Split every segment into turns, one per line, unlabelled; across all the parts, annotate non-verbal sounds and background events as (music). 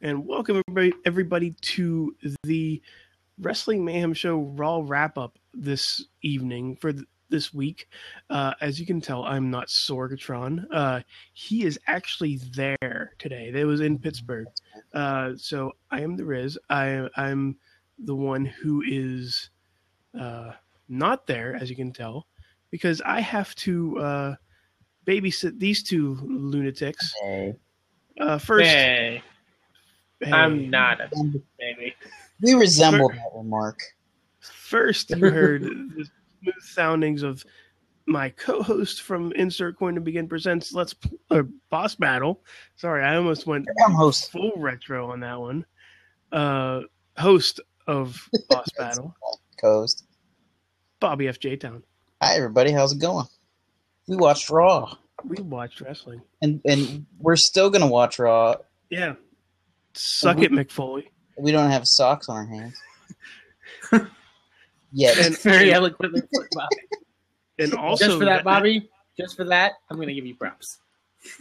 and welcome everybody, everybody to the Wrestling Mayhem Show Raw wrap up this evening for th- this week. Uh, as you can tell, I'm not Sorgatron. Uh, he is actually there today. That was in Pittsburgh. Uh, so I am the Riz. I, I'm the one who is uh, not there, as you can tell, because I have to uh, babysit these two lunatics.
Hey.
Uh, first,
Hey,
hey,
I'm not a baby.
We resemble that remark.
First,
(laughs)
you heard the smooth soundings of my co-host from Insert Coin to Begin presents Let's P- uh, Boss Battle. Sorry, I almost went
I'm host.
full retro on that one. Uh, host of
(laughs)
Boss Battle,
Coast.
Bobby F. J. Town.
Hi everybody, how's it going? We watched Raw,
We watched wrestling.
and and we're still gonna watch Raw.
Yeah, suck
Mm-hmm.
it, McFoley.
We don't have socks on our hands.
(laughs)
Yet.
(laughs) And-
Very eloquently put,
(laughs)
Bobby.
And also, uh,
just for that, Bobby. Just for that, I'm gonna give you props.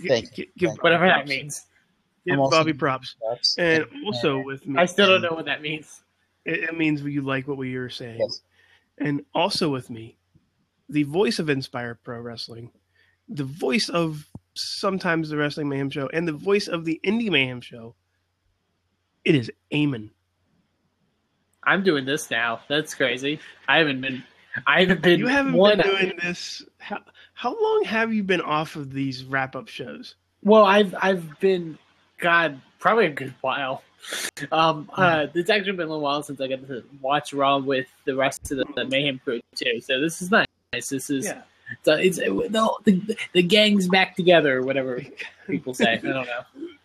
gi-
Thank
gi- give,
Whatever that
props.
means.
Give
I'm also-
Bobby props.
Socks.
(laughs)
And also with me,
I still don't know what that means.
It, it means you like what we were saying.
Yes.
And also with me, the voice of Inspire Pro Wrestling, the voice of sometimes the Wrestling Mayhem Show, and the voice of the Indie Mayhem Show. It is Eamon.
I'm doing this now. That's crazy. I haven't been. I haven't been.
You haven't
one,
been doing this. How, how long have you been off of these wrap up shows?
Well, I've I've been, God, probably a good while. Um, uh,
Hmm.
it's actually been a little while since I got to watch Raw with the rest of the, the Mayhem crew too. So this is nice. This is
Yeah.
so it's no, the the gang's back together, or whatever people say. I don't
(laughs)
know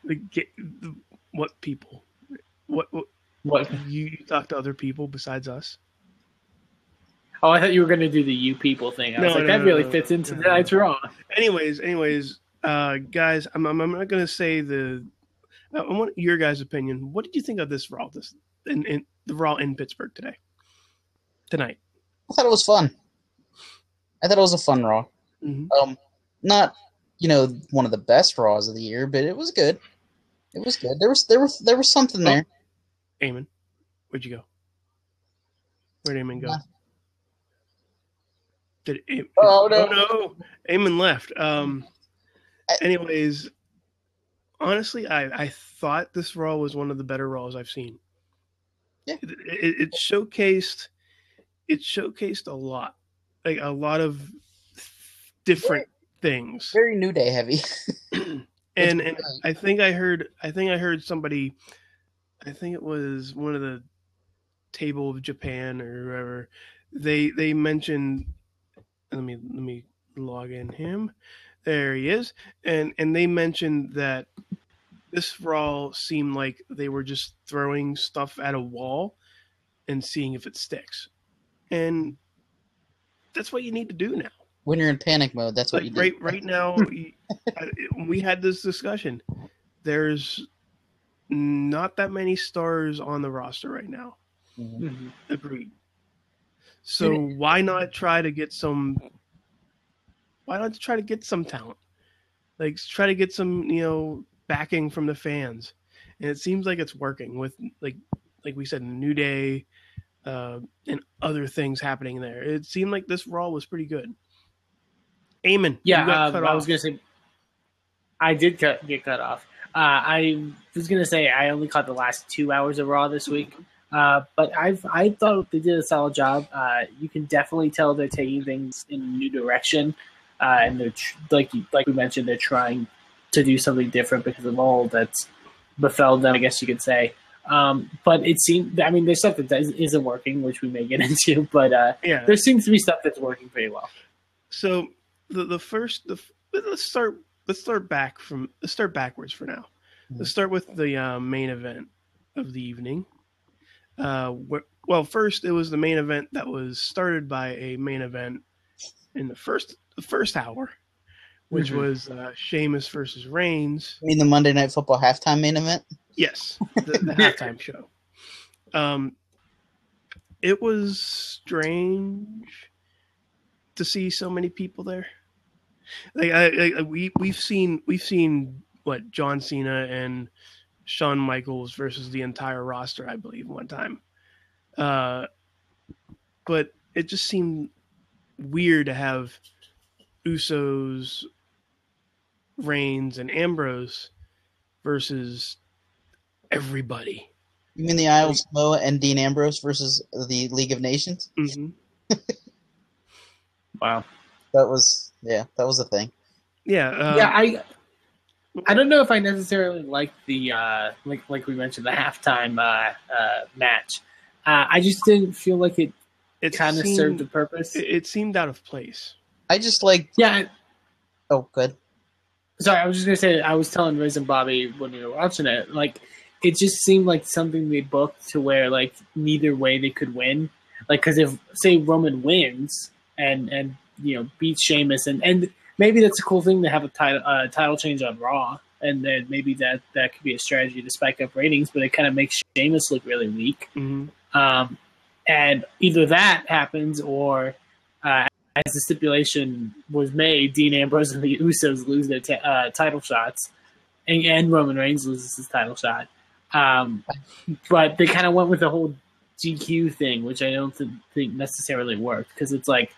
The, ge- the, what people? What, what
what.
you, you talk to other people besides us?
Oh, I thought you were going to do the you people thing. I
No,
was
no,
like, that
no,
really
no,
fits into
no.
tonight's Raw.
anyways, anyways, uh, guys, I'm, I'm, I'm not gonna say the. I want your guys' opinion. What did you think of this raw this in, in the raw in Pittsburgh today? Tonight.
I thought it was fun. I thought it was a fun Raw.
Mhm.
Um, not you know one of the best Raws of the year, but it was good. It was good. There was there was there was something there.
Eamon, where'd you go? Where'd Eamon go?
Nothing.
Did Eamon,
Oh, no.
oh no, Eamon left. Um.
I-
Anyways, honestly, I I thought this raw was one of the better raws I've seen.
Yeah.
It, it, it showcased, it showcased a lot, like a lot of different things
Very New Day heavy. (laughs)
(clears throat) and
It's
and
great.
I think I heard I think I heard somebody I think it was one of the table of Japan or whoever they they mentioned let me let me log in him there he is and and they mentioned that this raw seemed like they were just throwing stuff at a wall and seeing if it sticks and that's what you need to do now
when you're in panic mode, that's what
like
you do.
right right
(laughs)
now y- I- we had this discussion there's not that many stars on the roster right now
Mhm.
Mm-hmm.
Mhm.
agreed so why not try to get some why not try to get some talent like try to get some you know backing from the fans and it seems like it's working with like like we said new day uh, and other things happening there it seemed like this raw was pretty good Amen.
Yeah, um, I was going to say, I did cut, get cut off. Uh, I was going to say I only caught the last two hours of Raw this week, uh, but I've I thought they did a solid job. Uh, you can definitely tell they're taking things in a new direction, uh, and they're tr- like you- like we mentioned, they're trying to do something different because of all that's befell them. I guess you could say. Um, but it seemed, I mean, there's stuff that does, isn't working, which we may get (laughs) into, but uh,
yeah.
there seems to be stuff that's working pretty well.
So the the first the f- let's start let's start back from let's start backwards for now. Let's start with the uh, main event of the evening. Uh, wh- well, first it was the main event that was started by a main event in the first the first hour, which
Mhm.
was uh, Sheamus versus Reigns.
I mean, the Monday Night Football halftime main event.
Yes, (laughs) the, the halftime show. Um, it was strange to see so many people there. Like I, I, we we've seen we've seen what John Cena and Shawn Michaels versus the entire roster, I believe, one time. Uh, but it just seemed weird to have Usos, Reigns, and Ambrose versus everybody.
You mean the Isle of Samoa and Dean Ambrose versus the League of Nations?
Mhm.
Wow.
That was yeah, that was a thing.
Yeah, um,
yeah, I I don't know if I necessarily like the uh, like like we mentioned the halftime uh, uh, match. Uh, I just didn't feel like it
it
kind of
seemed-
served a purpose.
It, it seemed out of place.
I just like
yeah. I-
oh good.
Sorry, I was just gonna say I was telling Riz and Bobby when we were watching it, like it just seemed like something they booked to where like neither way they could win. Like because if say Roman wins and and you know beats Sheamus and and maybe that's a cool thing to have a title uh, title change on Raw and then maybe that that could be a strategy to spike up ratings, but it kind of makes Sheamus look really weak.
Mm-hmm.
Um, and either that happens, or uh, as the stipulation was made, Dean Ambrose and the Usos lose their ta uh, title shots, and, and Roman Reigns loses his title shot. Um, but they kind of went with the whole GQ thing, which I don't th- think necessarily worked because it's like,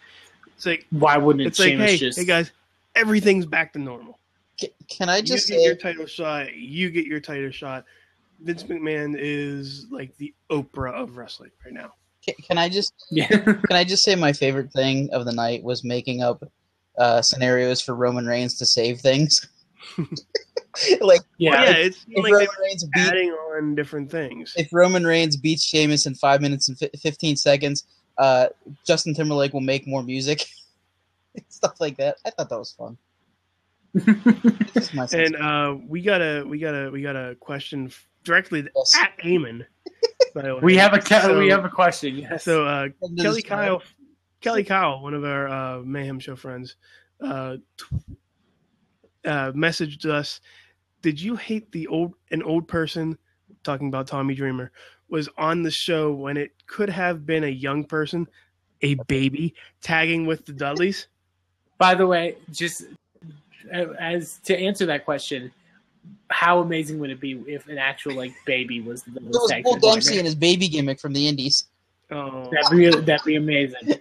It's like
why wouldn't
it's like,
Sheamus
hey,
just?
hey guys, everything's back to normal.
C- can I just
you get your
say
title shot. You get your title shot. Vince McMahon is like the Oprah of wrestling right now.
ca- can I just
(laughs) yeah.
can I just say my favorite thing of the night was making up uh, scenarios for Roman Reigns to save things. (laughs) like
yeah,
yeah, it's
if
like they
Roman
were
Reigns beat
adding on different things.
if Roman Reigns beats Sheamus in five minutes and fi- fifteen seconds, uh, Justin Timberlake will make more music, (laughs) stuff like that. I thought that was fun. This is my sense
And uh, we got a we got a we got a question f- directly
of this.
at Eamon. By the way,
we have a ca-
So-
we have a question. Yes.
So uh,
End
Kelly
of this night.
Kyle, Kelly Kyle, one of our uh, Mayhem Show friends, uh, tw- uh, messaged us. Did you hate the old an old person talking about Tommy Dreamer was on the show when it could have been a young person, a baby tagging with the
(laughs)
Dudleys?
By the way, just uh, as to answer that question, how amazing would it be if an actual like baby was the
That was
tag
Bull
team winner?
Dempsey and his baby gimmick from the Indies.
Oh,
That'd be that'd be amazing.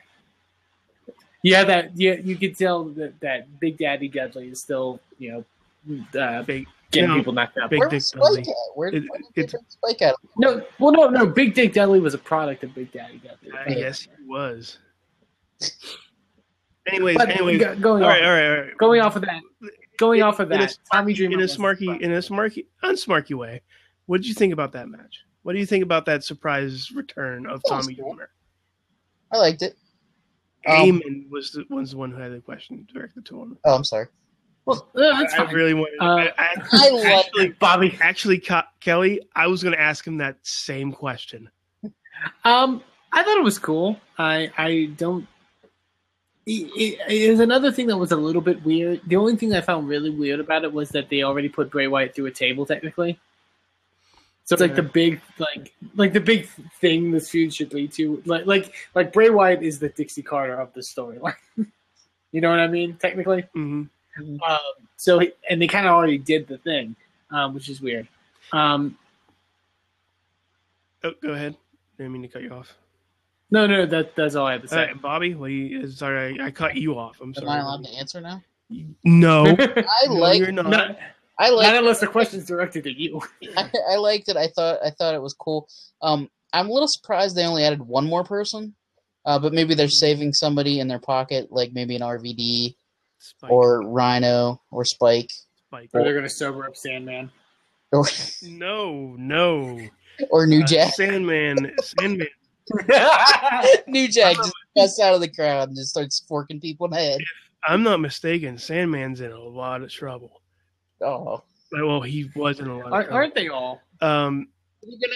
Yeah, that yeah, you could tell that, that Big Daddy Dudley is still you know uh,
big,
getting
No.
people knocked out.
Big
Where
Dick
was Spike
Dudley.
at? Where,
It-
where did they
it-
bring Spike at?
No, well, no, no. Big Dick Dudley was a product of Big Daddy Dudley.
I guess he was. Anyways,
But
anyways,
go- going
all
off,
right, all right, all right.
going off of that, going off of
in a
that, Tommy Dreamer
in a
was the
smarky in a smarky unsmarky way. What did you think about that match? What do you think about that surprise return of
That was
Tommy
cool.
Dreamer?
I liked it. Um,
Eamon was the was the one who had the question directed to him.
oh, I'm sorry.
Well, yeah, that's
I
fine.
really wanted.
Uh,
I, I,
I (laughs) like.
actually,
Bobby,
actually, Ke- Kelly, I was going to ask him that same question.
Um, I thought it was cool. I I don't. It, it, it was another thing that was a little bit weird. The only thing I found really weird about it was that they already put Bray Wyatt through a table, technically. So it's like the big, like, like the big thing this feud should lead to, like, like, like Bray Wyatt is the Dixie Carter of the storyline. (laughs) you know what I mean? Technically,
hmm
um, so he- and they kind of already did the thing, um, which is weird. Um,
Oh, go ahead. I didn't mean to cut you off.
no, no, that that's all I have to
All
say.
right, Bobby. What do you, sorry, I, I cut you off. I'm
Am I allowed
sorry.
to answer now? (laughs)
No,
(laughs)
I
No,
like.
you're not.
Not-
I
Not
like.
unless the question's directed at
(laughs)
you.
I, I liked it. I thought. I thought it was cool. Um, I'm a little surprised they only added one more person, uh, but maybe they're saving somebody in their pocket, like maybe an RVD
Spike,
or Rhino or Spike.
Spike.
Or they're gonna sober
(laughs)
up Sandman.
Or,
No, no.
or New
Uh, (laughs)
Jack,
Sandman, Sandman.
New Jack just busts out of the crowd and just starts forking people in the head.
I'm not mistaken. Sandman's in a lot of trouble.
Oh,
Well, he was in a lot. Of
Aren't,
trouble.
aren't they all?
um,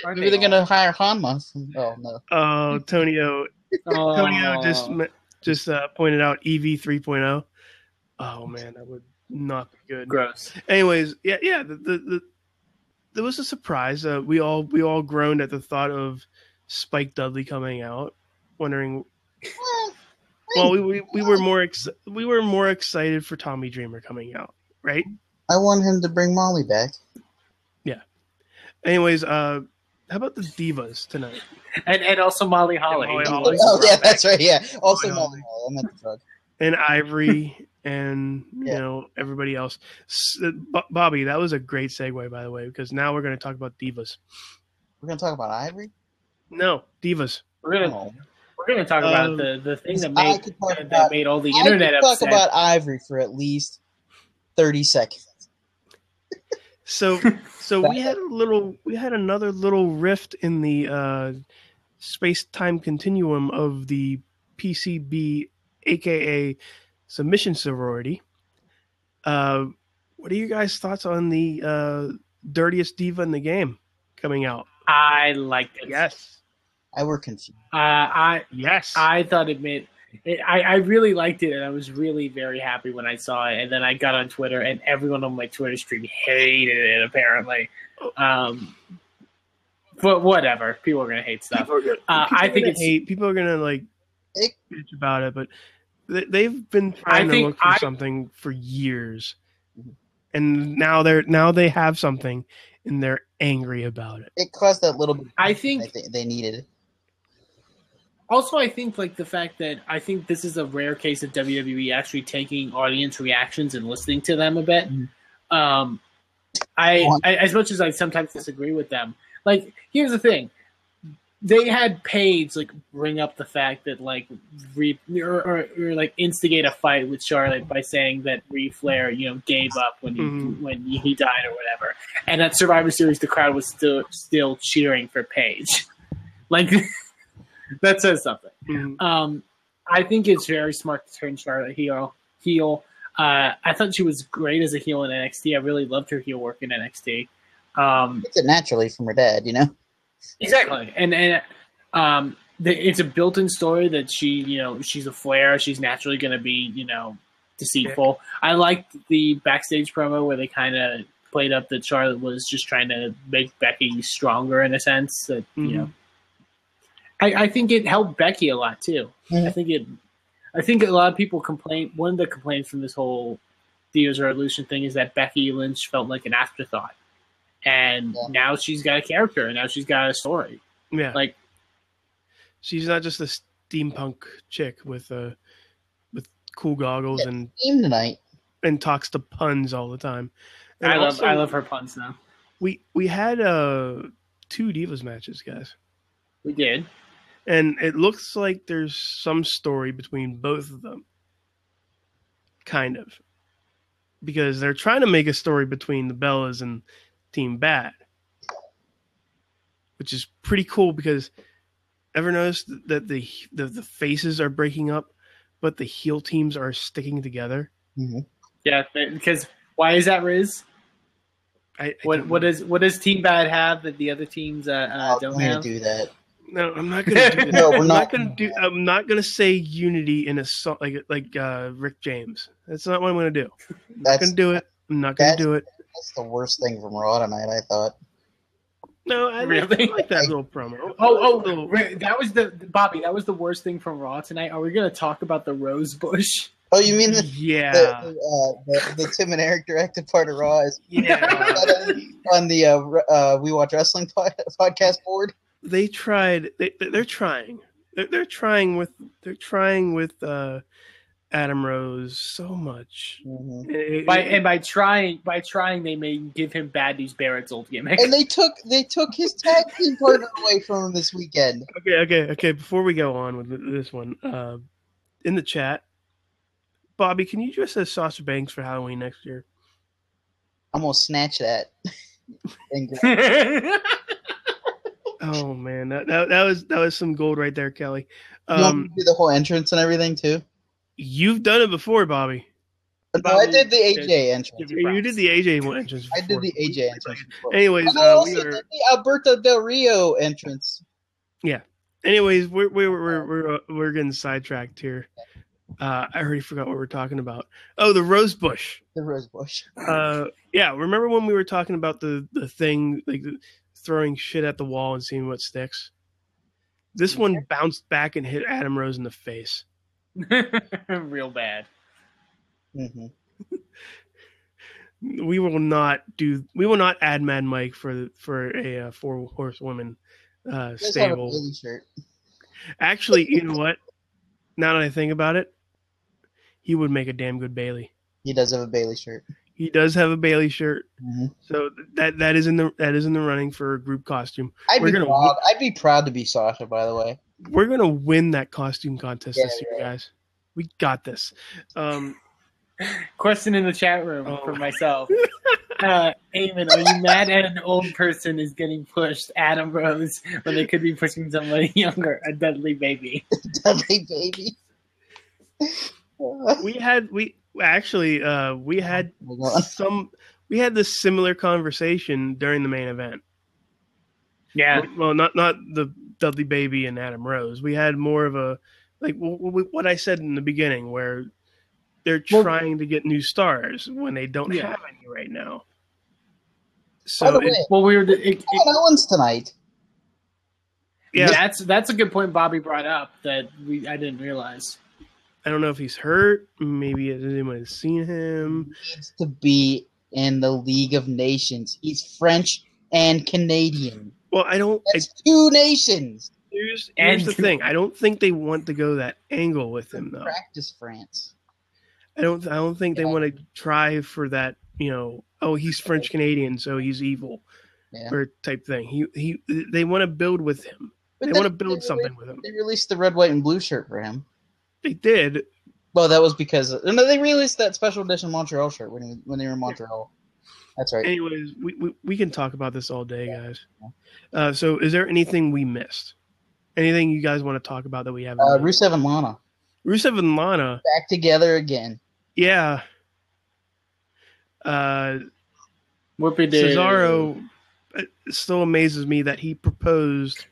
Aren't
Maybe
they
they're gonna hire Hanma. Oh no.
oh, Tonio,
all?
Tonio just
Oh.
me- just uh, pointed out EV 3.0. Oh man, that would not be good.
gross.
Anyways, yeah, yeah, the, the, the there was a surprise. Uh, we all we all groaned at the thought of Spike Dudley coming out, wondering. Well, we, we, we were more ex- we were more excited for Tommy Dreamer coming out, right?
I want him to bring Molly back.
Anyways, uh, how about the divas tonight?
And and also Molly Holly.
Molly Holly.
Oh yeah, that's right. Yeah. Also
Why not?
Molly. Holly. I meant the drug.
and Ivory and you
Yeah.
know everybody else. S- uh, Bo- Bobby, that was a great segue by the way because now we're going to talk about divas.
We're gonna talk about Ivory.
No, divas.
We're gonna
Oh.
we're gonna talk
Um,
about the, the thing that
I
made
could talk
that
about-
made all the
I
internet
could talk
upset.
about Ivory for at least thirty seconds.
So so we had a little we had another little rift in the uh space-time continuum of the PCB aka submission sorority. Uh what are your guys thoughts on the uh dirtiest diva in the game coming out?
I liked it.
Yes.
I were confused.
Uh, I
Yes.
I thought it made. It, I, I really liked it, and I was really very happy when I saw it. And then I got on Twitter, and everyone on my Twitter stream hated it. Apparently, um, but whatever. People are gonna hate stuff. (laughs)
People are gonna- (laughs)
Uh,
people
I
are
think
gonna
it's-
hate, people are gonna like
It-
bitch about it, but they, they've been trying to
think
look for
I-
something for years, and now they're now they have something, and they're angry about it.
It caused that little bit.
I think
that they, they needed.
Also, I think like the fact that I think this is a rare case of WWE actually taking audience reactions and listening to them a bit.
Mhm.
Um, I, I as much as I sometimes disagree with them. Like, here's the thing: they had Paige like bring up the fact that like re or, or, or like instigate a fight with Charlotte by saying that Re Flair you know gave up when he
Mhm.
when he died or whatever, and at Survivor Series the crowd was still still cheering for Paige. (laughs) Like that says something.
Mm-hmm.
Um, I think it's very smart to turn Charlotte heel. Heel. Uh, I thought she was great as a heel in NXT. I really loved her heel work in NXT. Um,
It's naturally from her dad, you know.
exactly. And and um, the, it's a built-in story that she, you know, she's a flair. She's naturally going to be, you know, deceitful. I liked the backstage promo where they kind of played up that Charlotte was just trying to make Becky stronger in a sense. That you know, I, I think it helped Becky a lot too. I think it. I think a lot of people complain. One of the complaints from this whole Theo's Revolution thing is that Becky Lynch felt like an afterthought, and
Yeah.
now she's got a character, and now she's got a story.
Yeah,
Like
she's not just a steampunk chick with uh with cool goggles and
Team tonight.
and talks to puns all the time. And
I love,
also,
I love her puns now.
We we had uh two divas matches, guys.
We did.
and it looks like there's some story between both of them kind of because they're trying to make a story between the bellas and team bad which is pretty cool because ever noticed that the the, the faces are breaking up but the heel teams are sticking together
Yeah, because why is that, Riz?
I, I
What
don't
what
know.
is what does Team Bad have that the other teams uh, uh,
Oh,
don't
I'm gonna
have?
do that.
no i'm not
(laughs)
gonna do
No, we're
I'm
not.
not gonna do i'm not gonna say unity in a song like like uh rick james that's not what i'm gonna do i'm not
That's
gonna do it i'm not gonna
that-
do it
that's the worst thing from Raw tonight. I thought.
No, I
Really?
really like that little promo.
(laughs) Oh,
That
oh,
little-
Riz, that was the Bobby. That was the worst thing from Raw tonight. Are we gonna talk about the Rose Bush?
Oh, you mean the
yeah,
the, the, uh, the, the Tim and Eric directed part of Raw is
yeah.
on the uh, r- uh, We Watch Wrestling po- podcast board.
they tried. They, they're trying. They're, they're trying with. They're trying with uh, Adam Rose so much.
Mhm.
It-
(laughs) By
it-
and by trying by trying they may give him Bad News Barrett's old gimmick.
And they took they took his tag team partner away from him this weekend.
okay, okay, okay. Before we go on with th- this one, uh, in the chat, Bobby, can you dress as Sasha Banks for Halloween next year?
I'm gonna snatch that. And go-
(laughs)
Oh man, that, that that was that was some gold right there, Kelly.
you want me
Um,
to do the whole entrance and everything too.
you've done it before, Bobby.
No, I did the AJ entrance.
You did the AJ one entrance.
I
before.
did the AJ entrance. before.
Anyways,
And I
uh,
also
we
did
are.
the Alberto Del Rio entrance.
Anyways, we're we're we're we're, uh, we're getting sidetracked here. Uh, I already forgot what we're talking about. Oh, the rose bush.
The Rose Bush.
Uh, yeah. Remember when we were talking about the the thing like the- throwing shit at the wall and seeing what sticks? This one bounced back and hit Adam Rose in the face.
(laughs) Real bad.
hmm
We will not do. We will not add Mad Mike for for a uh, four horsewoman uh,
Does have a
stable.
Bailey shirt.
Actually, you know what? Now that I think about it, he would make a damn good Bailey.
He does have a Bailey shirt.
He does have a Bailey shirt,
Mhm.
so that that is in the that is in the running for a group costume.
I'd
We're
be
gonna-
proud. I'd be proud to be Sasha. By the way,
We're gonna win that costume contest
Yeah,
this year, guys. We got this. Um,
Question in the chat room
Oh.
for myself. uh, Eamon, are you mad at an old person is getting pushed, Adam Rose, when they could be pushing somebody (laughs) younger, a Dudley baby?
(laughs) Dudley baby.
we had we actually uh, we had
Hold on.
some we had this similar conversation during the main event.
Yeah.
well not not the dudley baby and adam rose we had more of a like w- w- what i said in the beginning where they're
Well-
trying to get new stars when they don't
Yeah.
have any right now
By
so
the
it-
way,
Well, we were. It, it,
oh, that one's tonight.
yeah
That's that's a good point Bobby brought up that we I didn't realize.
i don't know if he's hurt maybe anyone has seen him
needs to be in the League of Nations. He's French and Canadian.
well i don't I,
That's two nations.
here's,
And-
here's the thing i don't think they want to go that angle with him though
Practice France.
i don't i don't think they
Yeah.
want to try for that you know oh he's french canadian so he's evil
Yeah.
or type thing. He he they want to build with him.
But
they
then
want to build
they
something
released-
with him.
They released the red, white, and blue shirt for him.
They did.
Well, that was because no, they released that special edition Montreal shirt when he, when they were in Montreal. That's right.
Anyways, we, we, we can talk about this all day, guys. Uh, so is there anything we missed? Anything you guys want to talk about that we haven't?
Uh,
missed?
Rusev and Lana
Rusev and Lana.
back together again.
Yeah. Uh,
Whoopie
Cesaro it still amazes me that he proposed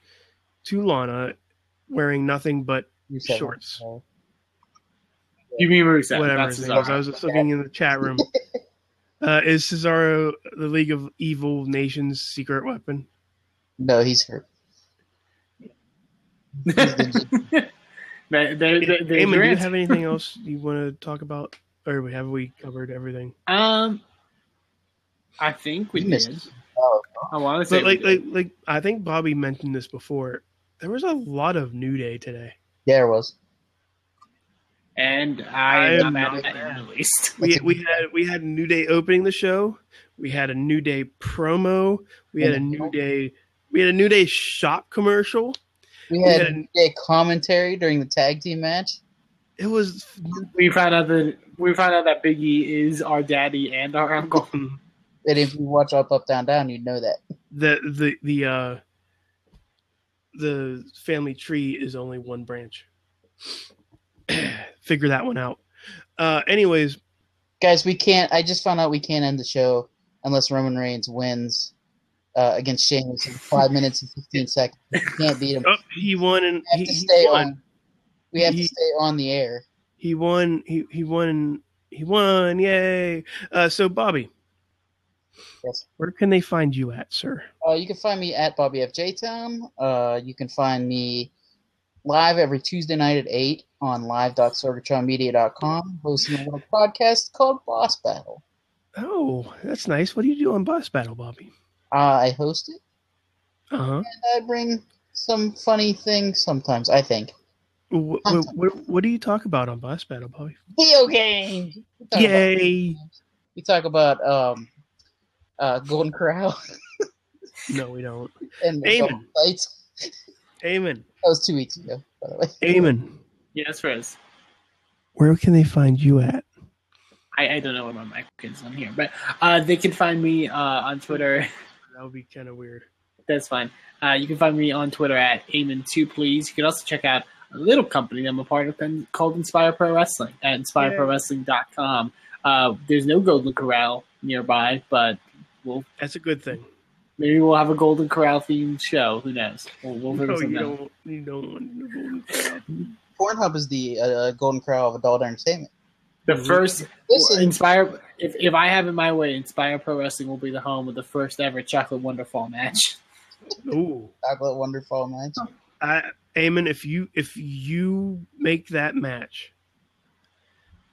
to Lana wearing nothing but
Rusev.
Shorts.
Oh,
You mean Rusev?
whatever
Not
his name was. I
Cesaro.
was just looking in the chat room. Uh, is Cesaro the League of Evil Nations secret weapon?
No, he's hurt.
(laughs) They- they- they- they-
Eamon, do you
they're-
have anything else you want to talk about, or we- have we covered everything?
um, I think we
You missed
did.
it. Oh,
I want to say
But like,
we did.
like, like, I think Bobby mentioned this before. There was a lot of New Day today.
yeah, it was.
and I
I
am
am
not mad
not
at that
mad.
in the least.
We,
That's a-
we had we had New Day opening the show. We had a New Day promo. We had a New Day. We had a New Day shop commercial.
We
We
had
had-
a commentary during the tag team match.
It was
We found out that we found out that Biggie is our daddy and our uncle. (laughs)
And if you watch Up, Up, Down, Down, you'd know that.
the the the uh the family tree is only one branch (clears throat) figure that one out uh anyways
Guys, we can't. I just found out we can't end the show unless Roman Reigns wins uh, against Sheamus in
(laughs)
five minutes and fifteen seconds. We can't beat him.
oh, he won and he,
We have to
he
stay
won
on. We have
He-
to stay on the air.
he won he, he won he won yay uh so bobby
Yes.
where can they find you at sir
Uh, you can find me at Bobby F J Town. Uh, you can find me live every Tuesday night at eight on live.sorgatronmedia.com, hosting a little podcast called Boss Battle.
oh that's nice what do you do on boss battle bobby
Uh, I host it.
uh-huh
and I bring some funny things sometimes. I think
what, what, what do you talk about on boss battle bobby
video games. We talk about-
yay
we talk about um, uh, Golden Corral (laughs)
no we don't
and
Amen.
adult sites.
amen
That was two weeks ago, by the way.
amen
yes, Riz.
where can they find you at
I, I don't know where my mic is on here, but uh, they can find me uh, on Twitter (laughs)
That would be kind of weird.
That's fine. Uh, you can find me on Twitter at Amen2, please. You can also check out a little company I'm a part of con- called Inspire Pro Wrestling at inspireprowrestling.com. Uh, there's no Golden Corral nearby, but we'll
That's a good thing.
maybe we'll have a Golden Corral themed show. Who knows? We'll, we'll figure
No, you
something out.
don't. You don't want to go to jail.
Pornhub is the uh, golden crow of adult entertainment.
The first
This is-
Inspire. If, if I have it my way, Inspire Pro Wrestling will be the home of the first ever Chocolate Wonderfall match. (laughs)
Ooh,
Chocolate Wonderful Match.
I, Eamon, if you if you make that match,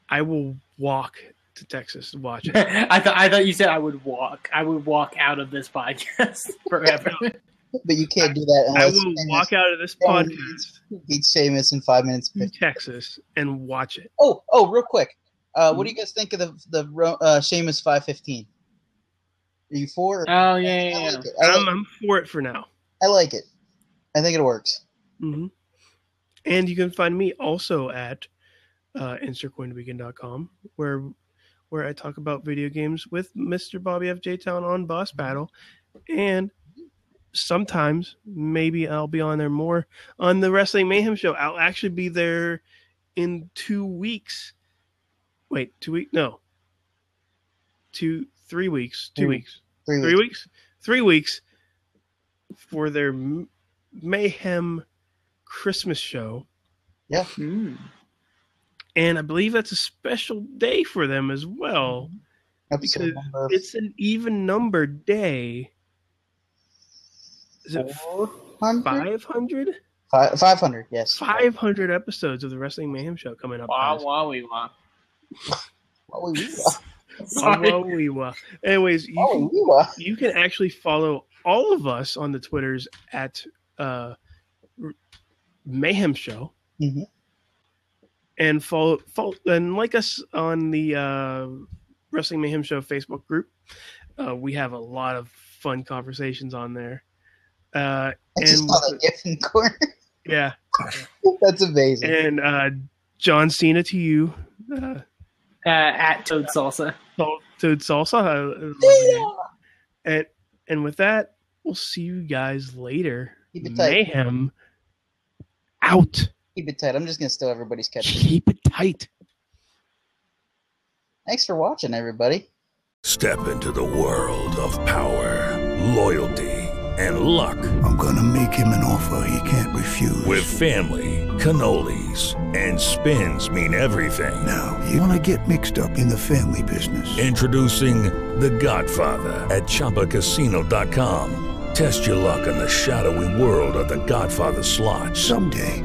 I will walk to Texas to watch
(laughs)
it.
I thought I thought you said I would walk. I would walk out of this podcast (laughs) forever.
But you can't do that
I
unless
will
Seamus
walk out of this
Yeah.
podcast
beats Seamus in five minutes.
to Texas and watch it.
Oh, oh, real quick. Uh,
Mm.
what do you guys think of the the Ro- uh, Seamus five fifteen? Are you for? or-
oh yeah, yeah,
I
yeah.
like it. I
I'm,
like,
I'm for it for now.
I like it. I think it works.
hmm And you can find me also at uh, InsertCoinWeekend.com, where where I talk about video games with Mr. Bobby F. J. Town on Boss Battle, and sometimes maybe I'll be on there more on the Wrestling Mayhem show. I'll actually be there in two weeks. Wait, two weeks? No, two, three weeks, two
Three
weeks
Three,
three
weeks.
weeks three weeks for their M- mayhem christmas show
Yeah.
Hmm.
and i believe that's a special day for them as well
Episode
Because
number
it's an even numbered day is it
500?
500
Fi- 500, yes.
500 episodes of the wrestling mayhem show coming up
Wah
guys.
wah wee wah.
Oh, we were.
Sorry. Uh,
Wah, wah, wee, wah. anyways you can
Oh, we were.
you can actually follow all of us on the twitters at uh, R- mayhem show
Mhm.
and follow, follow and like us on the uh, wrestling mayhem show facebook group uh, we have a lot of fun conversations on there uh,
I just
And-
saw that gif in the corner. (laughs)
yeah
That's amazing.
and uh, john cena to you uh,
Uh, at Toad Salsa.
Sal- to salsa I love
Yeah.
it. and and with that we'll see you guys later
Keep it tight.
mayhem out
Keep it tight. I'm just going to steal everybody's catch.
Keep it tight.
Thanks for watching, everybody.
Step into the world of power, loyalty, and luck
I'm gonna make him an offer he can't refuse.
with family, cannolis, and spins mean everything.
now, you wanna get mixed up in the family business.
Introducing The Godfather at ChumbaCasino.com. Test your luck in the shadowy world of The Godfather slot.
Someday,